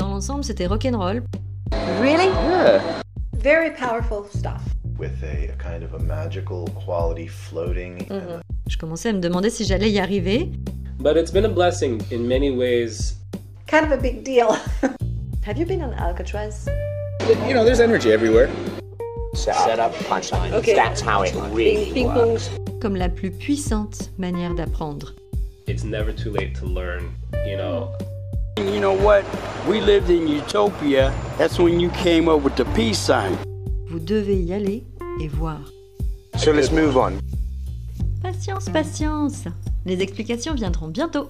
ensemble, c'était rock'n'roll. Really? Yeah. Very powerful stuff. with a, a kind of a magical quality floating. and the- Je commençais à me demander si j'allais y arriver. But it's been a blessing in many ways. Kind of a big deal. Have you been on Alcatraz? You know, there's energy everywhere. Set up, punchline. Okay. That's how it really Ping works. pong. Comme la plus puissante manière d'apprendre. It's never too late to learn, you know. You know what? We lived in utopia. That's when you came up with the peace sign. Vous devez y aller et voir. So let's move on. Patience, patience Les explications viendront bientôt